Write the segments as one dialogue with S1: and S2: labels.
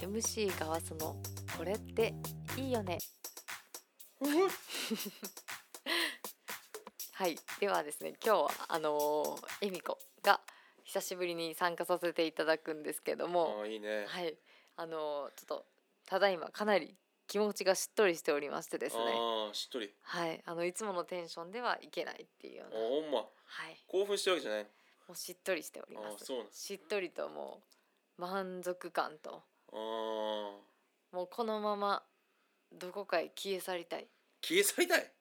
S1: MC 側そのこれっていいよねはいではですね今日はあのー、えみこが久しぶりに参加させていただくんですけども
S2: ああいいね。
S1: はいあのー、ちょっとただいまかなり気持ちがしっとりしておりましてですね
S2: ああしっとり。
S1: はいあのいつものテンションではいけないっていうよう
S2: あ
S1: な
S2: ほんま
S1: はい
S2: 興奮してるわけじゃないの。
S1: もうしっとりしておりま
S2: あ
S1: す
S2: そうなん
S1: しっとりともう満足感と
S2: ああ
S1: もうこのままどこかへ消え去りたい
S2: 消え去りたい。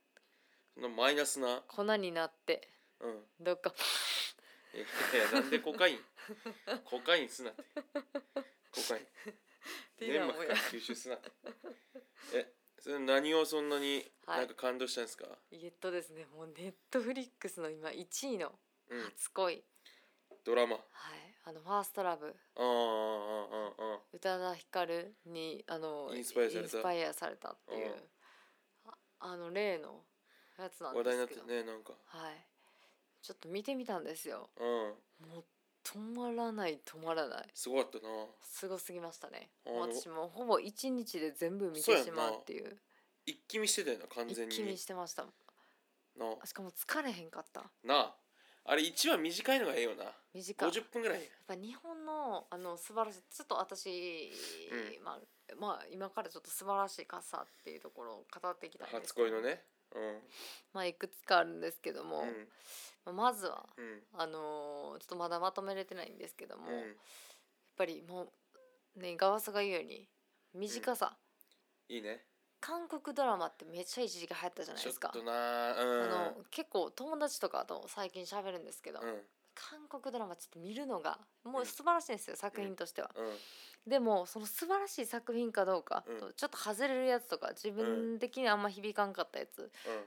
S2: そのマイナスな。
S1: 粉になって
S2: うん。
S1: どっか
S2: いやいやなんで コカイン。コカインすなって。コカイン。
S1: ていう
S2: 粘
S1: のは思
S2: 膜
S1: い
S2: から吸収すなって。えそれ何をそんなに
S1: はい
S2: なんか感動したんですか。
S1: えっとですねもうネットフリックスの今1位の
S2: うん
S1: 初恋、
S2: ドラマ。あ
S1: はいあのファーストラブ
S2: あああああ
S1: 宇多田ヒカルにあの
S2: インスパイアされ
S1: イ
S2: た
S1: ンスパイアされたっていう
S2: うん
S1: ああの例のやつな
S2: あ
S1: ん
S2: 話
S1: で
S2: 題にな
S1: す
S2: って
S1: けど、
S2: るねなんか。
S1: はいちょっと見てみたんですよ
S2: うん
S1: もう止まらない止まらない
S2: すごかったな。
S1: すごすぎましたね
S2: あの
S1: 私もうほぼ一日で全部見
S2: そう
S1: て
S2: やん
S1: し
S2: な
S1: まうっていう
S2: 一気見してたよな完全
S1: 一気見
S2: に
S1: してましたもん
S2: な
S1: しかも疲れへんかった
S2: なああれ1話短いのがええよな
S1: 短い
S2: 50分ぐらい
S1: やっぱ日本のあの素晴らしいちょっと私、まあまあ今からちょっと素晴らしい傘っていうところを語っていきたいんです
S2: 初
S1: けど
S2: 恋のねうん
S1: まあいくつかあるんですけども、まあまずは
S2: うんうん
S1: あのーちょっとまだまとめれてないんですけども、
S2: う
S1: やっ
S2: ん
S1: ぱりもうねガワスが言うように短さ、
S2: いいね
S1: 韓国ドラマってめっちゃ一時期流行ったじゃない
S2: ちょ
S1: で
S2: っ
S1: すか。
S2: とな
S1: あ
S2: う
S1: の結構友達とかと最近喋るんですけど、
S2: んうん
S1: 韓国ドラマちょっと見るのがも
S2: う
S1: うん素晴らしいんですよ、作品としては。
S2: うん
S1: でもその素晴らしい作品かどうかと、
S2: う
S1: ちょっと外れるやつとか自分的にあんま響かんかったやつっ
S2: うん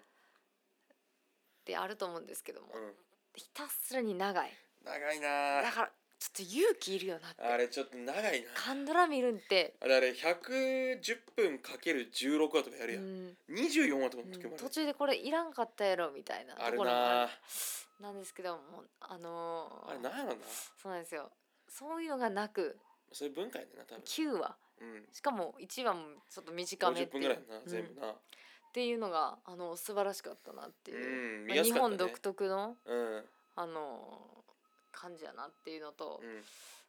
S1: てあると思うんですけども、
S2: うん
S1: ひたすらに長い
S2: 長い
S1: だ
S2: な
S1: からちょっと勇気いるよなって
S2: あれちょっと長いな
S1: カンドラ見るんって、
S2: あれあれ110分かける16話とかや
S1: う
S2: るやん
S1: ん
S2: 24話とか
S1: うん
S2: の時も
S1: 途中でこれいらんかったやろみたいなと
S2: ある
S1: ころもあ
S2: な
S1: るなんですけどもあのー
S2: あれなんやろな
S1: そうなんですよそういうのがなく
S2: そういう文化やねんな多分
S1: 9話
S2: うん
S1: しかも1話もちょっと短めっ
S2: 50
S1: て
S2: 分
S1: いう
S2: ぐらいやな
S1: うん
S2: 全部な
S1: っていうのがあの素晴らしかったなっていう、
S2: うん
S1: ま
S2: 見
S1: あ
S2: や
S1: 日
S2: すか
S1: 本
S2: ったね
S1: 独特の
S2: うん
S1: あの感じやなっていうのと、
S2: うん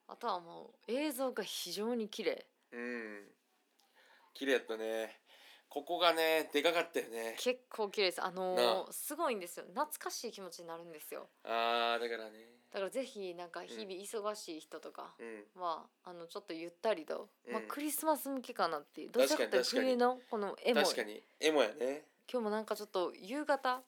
S1: あとはもう映像が非常に綺麗
S2: うん綺麗だったねここがねでかかったよね
S1: 結構綺麗ですあの
S2: な
S1: すごいんですよ懐かしい気持ちになるんですよ
S2: あーだからね
S1: だからぜひなんか日々忙しい人とか
S2: うん
S1: は、あのちょっとゆったりと、まあ
S2: うん
S1: クリスマス向けかなっていうどちらかというと
S2: 確かに
S1: 冬のこのエモい
S2: 確か
S1: 今
S2: にエモやね
S1: 日もなんかちょっと夕方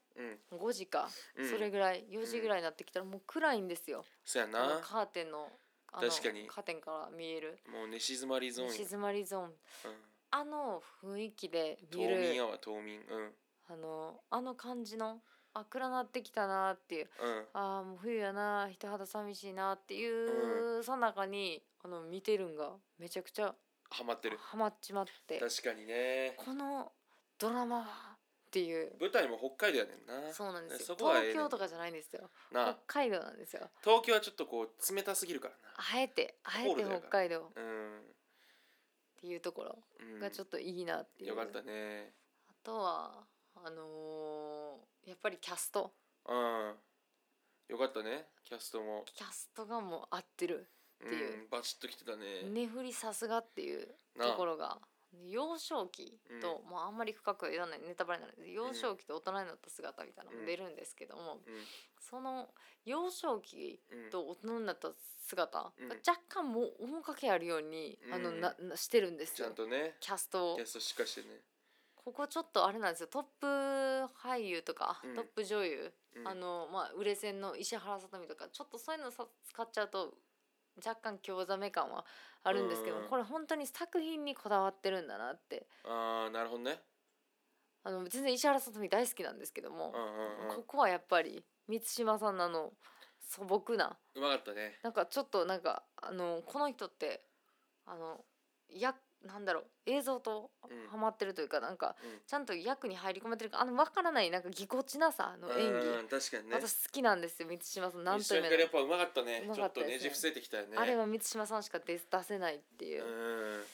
S2: うん、
S1: 5時か、
S2: うん、
S1: それぐらい4時ぐらいになってきたらもう暗いんですよ、
S2: そうや
S1: あの
S2: な
S1: カーテンのあの
S2: 確かに
S1: カーテンから見える
S2: もう寝静まりゾーンや、
S1: 静まりゾーン
S2: うん、
S1: あの雰囲気で
S2: 冬
S1: 見
S2: 眠
S1: る
S2: やわ冬眠う
S1: あ
S2: ん
S1: のあの感じのあ暗なってきたなっていう
S2: うん
S1: あーもう冬やな人肌寂しいなっていう、その中にあの見てるんがめちゃくちゃ
S2: ハマってる
S1: ハマっちまって
S2: 確かにね
S1: このドラマはっていう
S2: 舞台も北海道やねんな
S1: そうなんです
S2: そ
S1: よ
S2: こはえ
S1: 東
S2: えねんな
S1: 京とかじゃないんですよ
S2: な
S1: 北
S2: あ
S1: 海道なんですよ
S2: 東京はちょっとこう冷たすぎるから
S1: あえてあえ
S2: ホー
S1: て
S2: ル
S1: 北
S2: だよな
S1: 海道っ
S2: なうん、
S1: ていうところ
S2: うん、
S1: がちょっ
S2: っ
S1: といいなっていう、
S2: よかったね
S1: あとはあのーやっぱりキャスト
S2: うんよかったねキャストも
S1: キャストがもう合ってるっていう
S2: うん、バチッときてたね
S1: 根振りさすがっていう
S2: なあ
S1: ところが幼少期と、まああんまり深く言わないネタバレになるんですけど
S2: うん
S1: 幼少期と大人になった姿みたいなのも出るんですけども、
S2: うん
S1: その幼少期
S2: うん
S1: と大人になった姿が
S2: うん
S1: 若干もう面影あるように、あの
S2: うん
S1: ななしてるんです
S2: ちゃ
S1: よ
S2: んとね
S1: キャストを
S2: キャストしっかりしてね、
S1: ここちょっとあれなんですよトップ俳優とか、
S2: うん
S1: トップ女優
S2: うん、
S1: あのまあ売れ線の石原さとみとかちょっとそういうのさ使っちゃうと若干興ざめ感はあるんですけど
S2: うん
S1: これ本当に作品にこだわってるんだなって
S2: あーなるほどね
S1: あの全然石原さとみ大好きなんですけども
S2: うんうんうん
S1: ここはやっぱり満島さんのあの素朴な
S2: うまかったね
S1: なんかちょっとなんかあのこの人ってあのやなんだろう映像と
S2: うん
S1: ハマってるというかなんか
S2: うん
S1: ちゃんと役に入り込めてるかあの分からないなんかぎこちなさの演技、
S2: うん確かにね
S1: 私好きなんですよ満島さんなん
S2: 一
S1: と
S2: 緒
S1: 夢
S2: に
S1: の
S2: からやっぱうまかったね
S1: うま
S2: ち
S1: か
S2: ょ
S1: っ
S2: った
S1: です
S2: と
S1: ね
S2: ねじ伏せてきたよね
S1: あれは満島さんしか出出せないっていうう、
S2: ん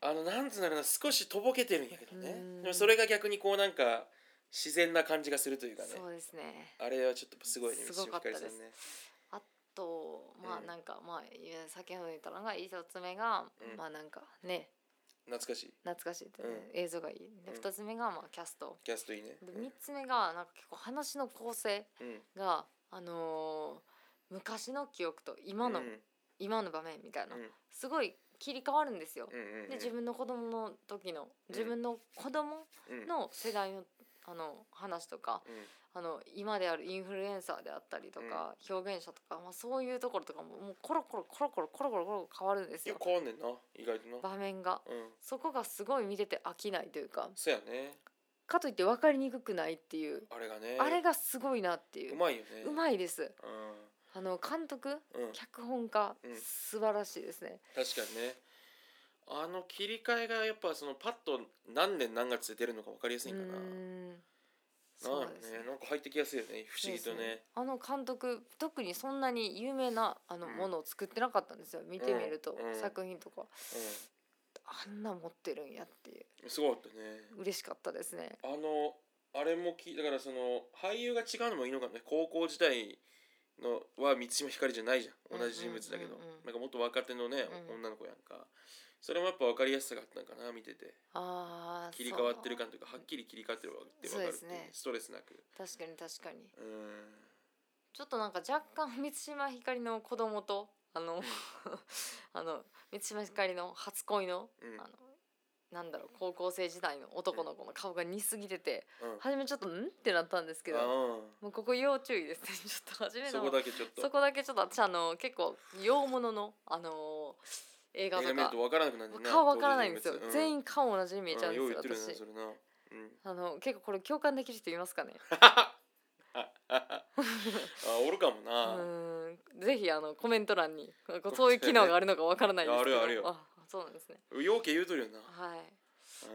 S2: あのなんつうのかな少しとぼけてるんやけどね
S1: うん
S2: でもそれが逆にこうなんか自然な感じがするというかね
S1: そうですね
S2: あれはちょっとすごいね
S1: すごかったです
S2: 満島ひかり
S1: とま
S2: う
S1: あ
S2: ん
S1: なんか、まあいや先ほど言ったのが「いいぞつ目が」
S2: うん
S1: まあなんかね
S2: さんね懐かしい
S1: 懐かしいってね、
S2: う
S1: 映像がいいで
S2: うん
S1: 2つ目がまあキャスト
S2: キャストいいね
S1: で3つ目がなんか結構話の構成
S2: うん
S1: があのー昔の記憶と今の、
S2: うん
S1: 今の場面みたいな、
S2: うん
S1: すごい切り替わるんですよ。
S2: うんうんうん
S1: で自分の子供の時の自分の子供
S2: うん
S1: の世代のあの話とか
S2: うん
S1: あの今であるインフルエンサーであったりとか、表現者とか、まあ、そういうところとかももうコロコロコロコロコロコロコロ変わるんです
S2: いや
S1: よ
S2: 変わんねんな意外とな
S1: 場面が。
S2: うん
S1: そこがすごい見てて飽きないというか
S2: そうやね
S1: かといって分かりにくくないっていう、
S2: あれがね
S1: あれがすごいなっていうう
S2: まいよね
S1: うまいです
S2: う
S1: あの監督
S2: んうん
S1: 脚本家、
S2: うん
S1: 素晴らしいですね
S2: 確かにねあの切り替えがやっぱそのパッと何年何月で出るのか分かりやすいんか
S1: う
S2: ななん
S1: ーん
S2: あ
S1: そう
S2: ね
S1: ですね
S2: なんか入ってきやすいよね不思議と
S1: そうです
S2: ね
S1: あの監督特にそんなに有名なあの
S2: うん
S1: ものを作ってなかったんですよ見てみると、
S2: うんうん
S1: 作品とかあんな持ってるんやっていう
S2: うんすごかったね
S1: 嬉しかったですね
S2: あのあれもきだからその俳優が違うのもいいのかね高校時代のは満島ひかりじゃないじゃん同じ人物だけど、
S1: うんうんうんうん
S2: なんかもっと若手のね、
S1: うん
S2: 女の子やんかそれもやっぱ分かりやすさがあったんかな見てて
S1: ああ
S2: 切り替わってる感というかはっきり切り替わってるわって分かるって
S1: そう
S2: い
S1: で
S2: う
S1: すね
S2: ストレスなく
S1: 確かに確かに
S2: うん
S1: ちょっとなんか若干満島ひかりの子供とあの あの満島ひかりの初恋の
S2: うん
S1: あのなんだろう高校生時代の男の子の顔が似すぎてて
S2: うん
S1: 初めちょっとんってなったんですけど
S2: あ
S1: もうここ要注意ですね ちょっと初
S2: ー
S1: め
S2: そ
S1: の
S2: こだけちょっと
S1: そこだけちょっと私あの結構洋物のあのー映画
S2: 映
S1: と
S2: 画見る
S1: か
S2: と分からなくなるんだよな
S1: 顔わからないんですよ、
S2: 登場人物
S1: 全員顔同じに見えちゃうん
S2: よう言って
S1: で
S2: る
S1: す
S2: な
S1: よ
S2: そ
S1: 私
S2: れな、うん、
S1: あの結構これ共感できる人いますかね
S2: あ おるかも
S1: う
S2: な、
S1: ーんぜひあのコメント欄にこうそういう機能があるのかわからないですけど
S2: いやあるよある
S1: そうなんですね
S2: ようけ言うとるよな
S1: はい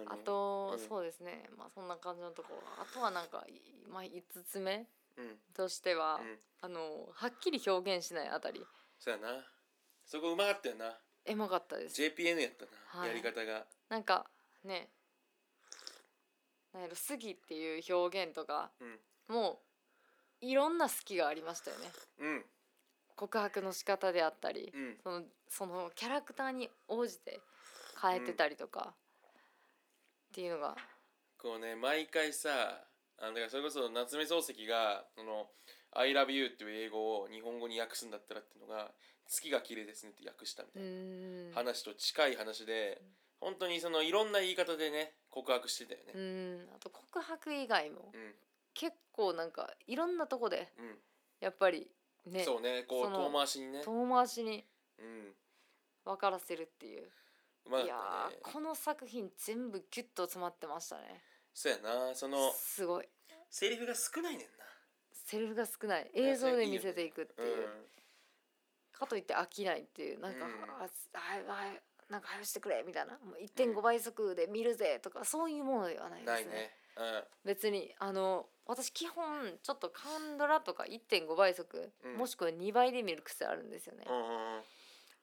S2: の
S1: あと、
S2: うん
S1: そうですねまあそんな感じのところあとはなんか、いまあ、5つ目
S2: うんうん
S1: としては、あのはっきり表現しないあたり
S2: そうやなそこうまかったよな
S1: エモかったです
S2: JPN やったな、
S1: はい
S2: やり方が
S1: なんかねなんやろ「好き」っていう表現とか
S2: うん
S1: もういろんな好きがありましたよね
S2: うん
S1: 告白の仕方であったり
S2: うん
S1: そのそのキャラクターに応じて変えてたりとか、っていうのが
S2: こうね毎回さあのだからそれこそ夏目漱石がその「I love you」っていう英語を日本語に訳すんだったらっていうのが「月が綺麗ですね」って訳したみ
S1: う
S2: たいな、
S1: ーん
S2: 話と近い話で本当にそのいろんな言い方でね告白してたよ
S1: う
S2: ね
S1: ーんあと告白以外も
S2: うん
S1: 結構なんかいろんなとこで
S2: うん、
S1: やっぱりね
S2: そうねこう
S1: その
S2: 遠回しにね
S1: 遠回しに
S2: うん
S1: 分からせるっていう、
S2: うまかっ
S1: いや
S2: たね
S1: ーこの作品全部ギュッと詰まってましたね
S2: そうやなその
S1: すごい
S2: セリフが少ないねんな
S1: セリフが少ない映像で見せていくっていう
S2: うん
S1: かといって飽きないっていうなんか、
S2: うん
S1: あはいはいなんか早してくれみたいなもう1.5倍速で見るぜとかそういうものではないですね
S2: ないね
S1: 別にあの私基本ちょっとカンドラとか1.5倍速、
S2: うん
S1: もしくは2倍で見る癖あるんですよね、
S2: うんうんうん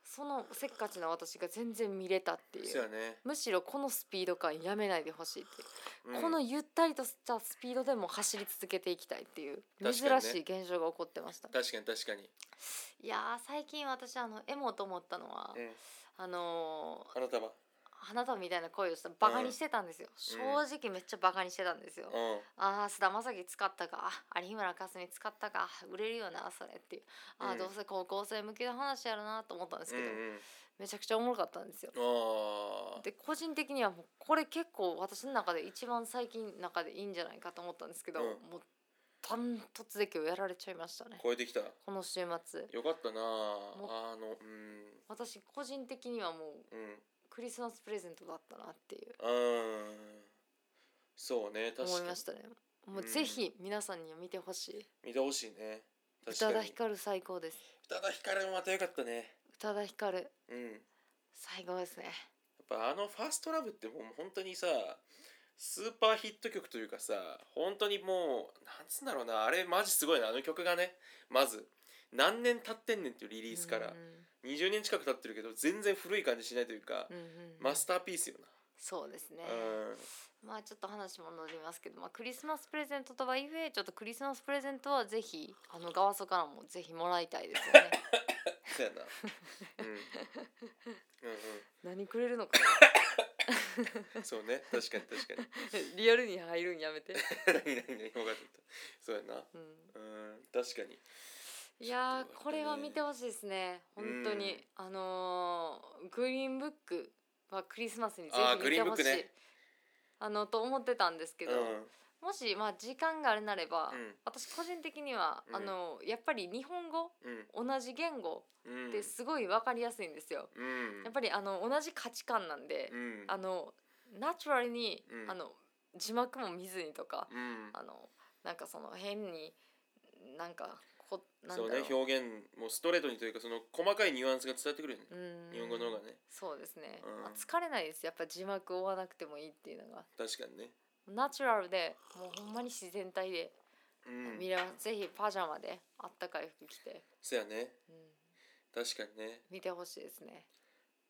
S1: そのせっかちな私が全然見れたってい
S2: そう
S1: う
S2: やね
S1: むしろこのスピード感やめないでほしいっていう
S2: うん
S1: このゆったりとしたスピードでも走り続けていきたいっていう珍
S2: 確かにね
S1: しい現象が起こってました、
S2: 確かに確かに
S1: いやー最近私あのエモと思ったのは、
S2: うん
S1: あのー
S2: 花束うん
S1: 花束みたいな恋をしたバカにしてたんですよ、
S2: うん
S1: 正直めっちゃバカにしてたんですよ、ああ菅田将暉使ったかあ有村架純使ったか売れるよなそれっていうあー、
S2: うん
S1: どうせ高校生向けの話やろなと思ったんです
S2: う
S1: けど、
S2: んうん
S1: めちゃくちゃおもろかったんですよ
S2: あ
S1: で個人的にはもうこれ結構私の中で一番最近の中でいいんじゃないかと思ったんですけど、
S2: うん
S1: もうダントツで今日やられちゃいましたね
S2: あ超えてきた
S1: この週末
S2: よかったな
S1: も
S2: あのうん
S1: 私個人的にはもう
S2: うん
S1: クリスマスプレゼントだったなっていう
S2: うんそうね確
S1: 思い
S2: か
S1: ま
S2: に
S1: したねもううんぜひ皆さんには見てほしい
S2: 見てほしいね
S1: 宇
S2: 確
S1: 多
S2: か
S1: 田
S2: に
S1: ヒカル最高です
S2: 宇多田ヒカルもまたよかったね
S1: 宇多田ヒカル
S2: うん
S1: 最高ですね
S2: やっぱあの「ファーストラブってもう本当にさスーパーヒット曲というかさ本当にもうなんつうんだろうなあれマジすごいなあの曲がねまず何年経ってんねんっていうリリースから
S1: う
S2: 20年近く経ってるけど全然古い感じしないというか
S1: んうんうんうん
S2: マスターピースよ
S1: そうですね
S2: な、うん
S1: まあちょっと話も戻りますけど、まあ、クリスマスプレゼントとはいえちょっとクリスマスプレゼントはぜひあのガワソからもぜひもらいたいですよ ね
S2: そうやなうんうん
S1: 何くれるの か
S2: うんそうね確かに確か
S1: な
S2: に
S1: リアルに入るんやめて、
S2: 何何何分かってたそうやな
S1: うん、
S2: うん確かに
S1: いや
S2: ちょ
S1: ー
S2: っと
S1: これは
S2: ね
S1: 見てほしいですね本当に、
S2: うん
S1: あのーグリーンブックはクリスマスにぜ
S2: あー
S1: ひ見てほしい
S2: グリーンブックね
S1: あのと思ってたんですけ
S2: う
S1: ど、
S2: ん
S1: もしまあ時間があれなれば、
S2: うん
S1: 私個人的には、
S2: うん
S1: あのやっぱり日本語
S2: うん
S1: 同じ言語
S2: うん
S1: ってすごいわかりやすいんですよ、
S2: うん
S1: やっぱりあの同じ価値観なんで、
S2: うん
S1: あのナチュラルに、
S2: うん
S1: あの字幕も見ずにとか、
S2: うん
S1: あのなんかその変になんかこなんだ
S2: そ
S1: ろ
S2: う
S1: う
S2: ね表現もストレートにというかその細かいニュアンスが伝わってくるよね
S1: うん
S2: 日本語の方がね
S1: そうですね、
S2: うん
S1: あ疲れないですやっぱ字幕追わなくてもいいっていうのが
S2: 確かにね
S1: ナチュラルでもうほんまに自然体で、
S2: う
S1: 見
S2: ん
S1: れますぜひパジャマであったかい服着て、
S2: そうやね
S1: うん、
S2: 確かにね
S1: 見てほしいですね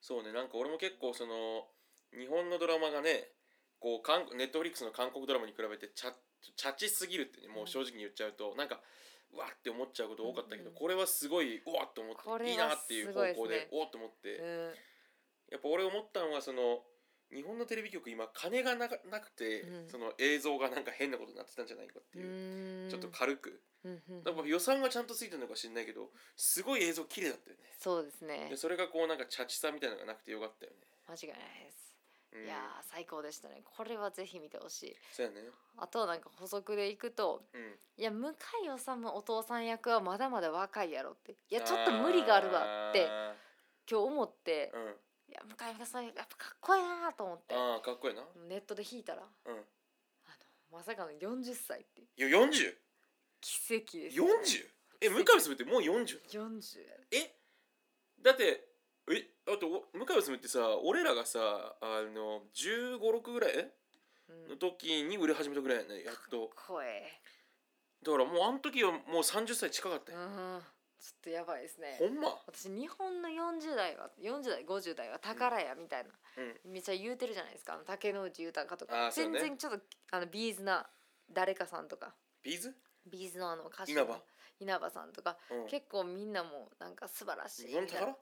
S2: そうねなんか俺も結構その日本のドラマがねこう韓ネットフリックスの韓国ドラマに比べてちゃちゃちすぎるってねもう正直に言っちゃうと、なんかうわって思っちゃうこと多かったけど、
S1: うんうん
S2: これはすごいうわっと思
S1: こ
S2: っ
S1: れ
S2: て
S1: はい
S2: いなっていう
S1: す
S2: 方
S1: ごいですね
S2: 向でおっと思って、
S1: うん
S2: やっぱ俺思ったのはその日本のテレビ局今金がなかなくて、
S1: うん
S2: その映像がなんか変なことになってたんじゃないかって
S1: う
S2: いう、
S1: ーん
S2: ちょっと軽く
S1: うんうんうん
S2: やっぱ予算がちゃんとついてるのか知んないけどすごい映像綺麗だったよね
S1: そうですね
S2: でそれがこうなんかチャチさみたいなのがなくてよかったよね、
S1: 間違いないです、
S2: うん、
S1: いやー最高でしたねこれはぜひ見てほしい
S2: そうやね
S1: あとはなんか補足でいくと
S2: うん
S1: いや向井理お父さん役はまだまだ若いやろっていやちょっと無理があるわって
S2: あ
S1: 今日思って
S2: ーうん
S1: いや向井理さんやっぱかっこいいなと思って
S2: あーかっこいいな
S1: ネットで引いたらあ
S2: うん
S1: のまさかの40歳っていう
S2: いや 40?40?
S1: 奇跡ですよ、
S2: え向井進ってもう 40?
S1: 40
S2: えだってえあとお向井進ってさ俺らがさあの1 5六6ぐらい
S1: うん
S2: の時に売れ始めたぐらいやねやっと
S1: 声
S2: だからもうあの時はもう30歳近かった
S1: う
S2: よ、
S1: んちょっとやばいですね
S2: ほんま
S1: 私日本の40代は40代50代は宝やみたいな、
S2: うん
S1: めっちゃ言うてるじゃないですかあの竹野内豊と
S2: あ
S1: か
S2: ーそう
S1: 全
S2: ね
S1: 然ちょっとあのビーズな誰かさんとか
S2: ビーズ、
S1: ビーズのあの歌手
S2: 稲
S1: の
S2: 葉
S1: 稲葉さんとか、
S2: うん、
S1: 結構みんなもなんか素晴らしい
S2: 日
S1: みた
S2: 本
S1: い
S2: の宝
S1: な、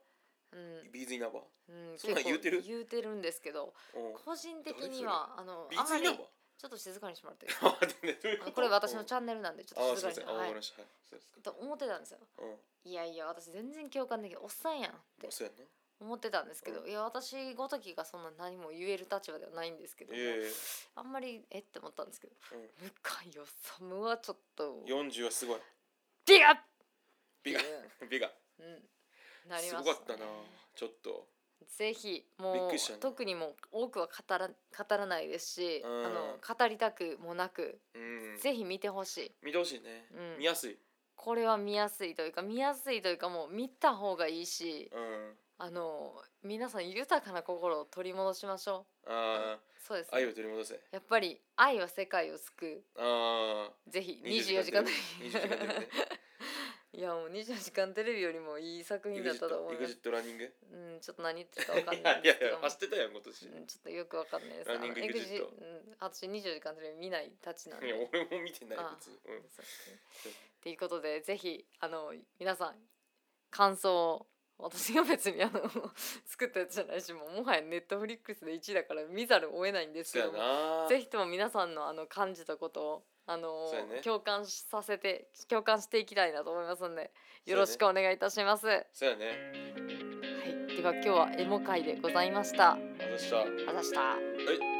S1: うん
S2: ビーズ稲葉
S1: うん、
S2: そんなん言うてる
S1: 結構言うてるんですけど
S2: うん
S1: 個人的にはあの
S2: ビ
S1: あ
S2: ー
S1: ん
S2: ズ
S1: まり
S2: 稲
S1: ち
S2: 葉
S1: ょっと静かにしてもらっていいです か
S2: あ でねどうい
S1: あ
S2: うこ
S1: の
S2: と
S1: これ私
S2: う
S1: の
S2: ん
S1: チャンネルなんでちょ
S2: あ
S1: っと
S2: ーす
S1: 静
S2: い
S1: かにして
S2: ませんあわ
S1: は
S2: か
S1: い
S2: りましたはいそうですか
S1: と思ってたんですよ
S2: うん
S1: いやいや私全然共感できるおっさんやんって
S2: そうやな
S1: 思ってたんですけど、
S2: う
S1: いや私ごときがそんな何も言える立場ではないんですけども、
S2: え
S1: あんまりえって思ったんですけど
S2: え
S1: 向井理はちょっと
S2: うん、40はすごい
S1: ビガッ
S2: 美が
S1: っていう
S2: 美が
S1: うん、なり
S2: す
S1: ま
S2: ご
S1: し
S2: か
S1: た、ね、
S2: ったなちょっと
S1: ぜひ
S2: びっ
S1: も
S2: く
S1: う
S2: りしたね
S1: 特にもう多くは語ら語らないですし、
S2: うん
S1: あの語りたくもなく、
S2: うん
S1: ぜひ見てほしい
S2: 見てほしいね、
S1: うん
S2: 見やすい
S1: これは見やすいというか見やすいというかもう見た方がいいし
S2: うん
S1: あの皆さん豊かな心を取り戻しましょ
S2: あ
S1: うそうです
S2: ー愛を
S1: ね
S2: 取り戻せ
S1: やっぱり愛は世界を救
S2: あ
S1: うぜひ
S2: ー
S1: 24時間テレ
S2: 24
S1: ビ
S2: 時間テレビね
S1: いやもう24時間テレビよりもいい作品だったと思います
S2: EXIT ランニング
S1: うんちょっと何言ってたか分か
S2: い
S1: んな
S2: や
S1: い
S2: い
S1: で
S2: や
S1: すけども
S2: 走ってたやん今年、
S1: うんちょっとよくわかんないです
S2: ランニング
S1: あの
S2: EXIT
S1: EXIT うん私24時間テレビ見ないたちなんで
S2: いや
S1: そう
S2: 俺も見てない
S1: あ
S2: 別に、うん、
S1: ですねっていうことでぜひあの皆さん感想を私が別にあの 作ったやつじゃないしもうもはやネットフリックスで1位だから見ざるを得ないんです
S2: そ
S1: け
S2: うや
S1: ども
S2: な
S1: ぜひとも皆さんのあの感じたことをあの
S2: そうやね
S1: 共感させて共感していきたいなと思いますので
S2: そうやね
S1: よろしくお願いいたします。は
S2: そうやね
S1: い、では今日はエモ会でございました。
S2: 外したは
S1: あざした。
S2: い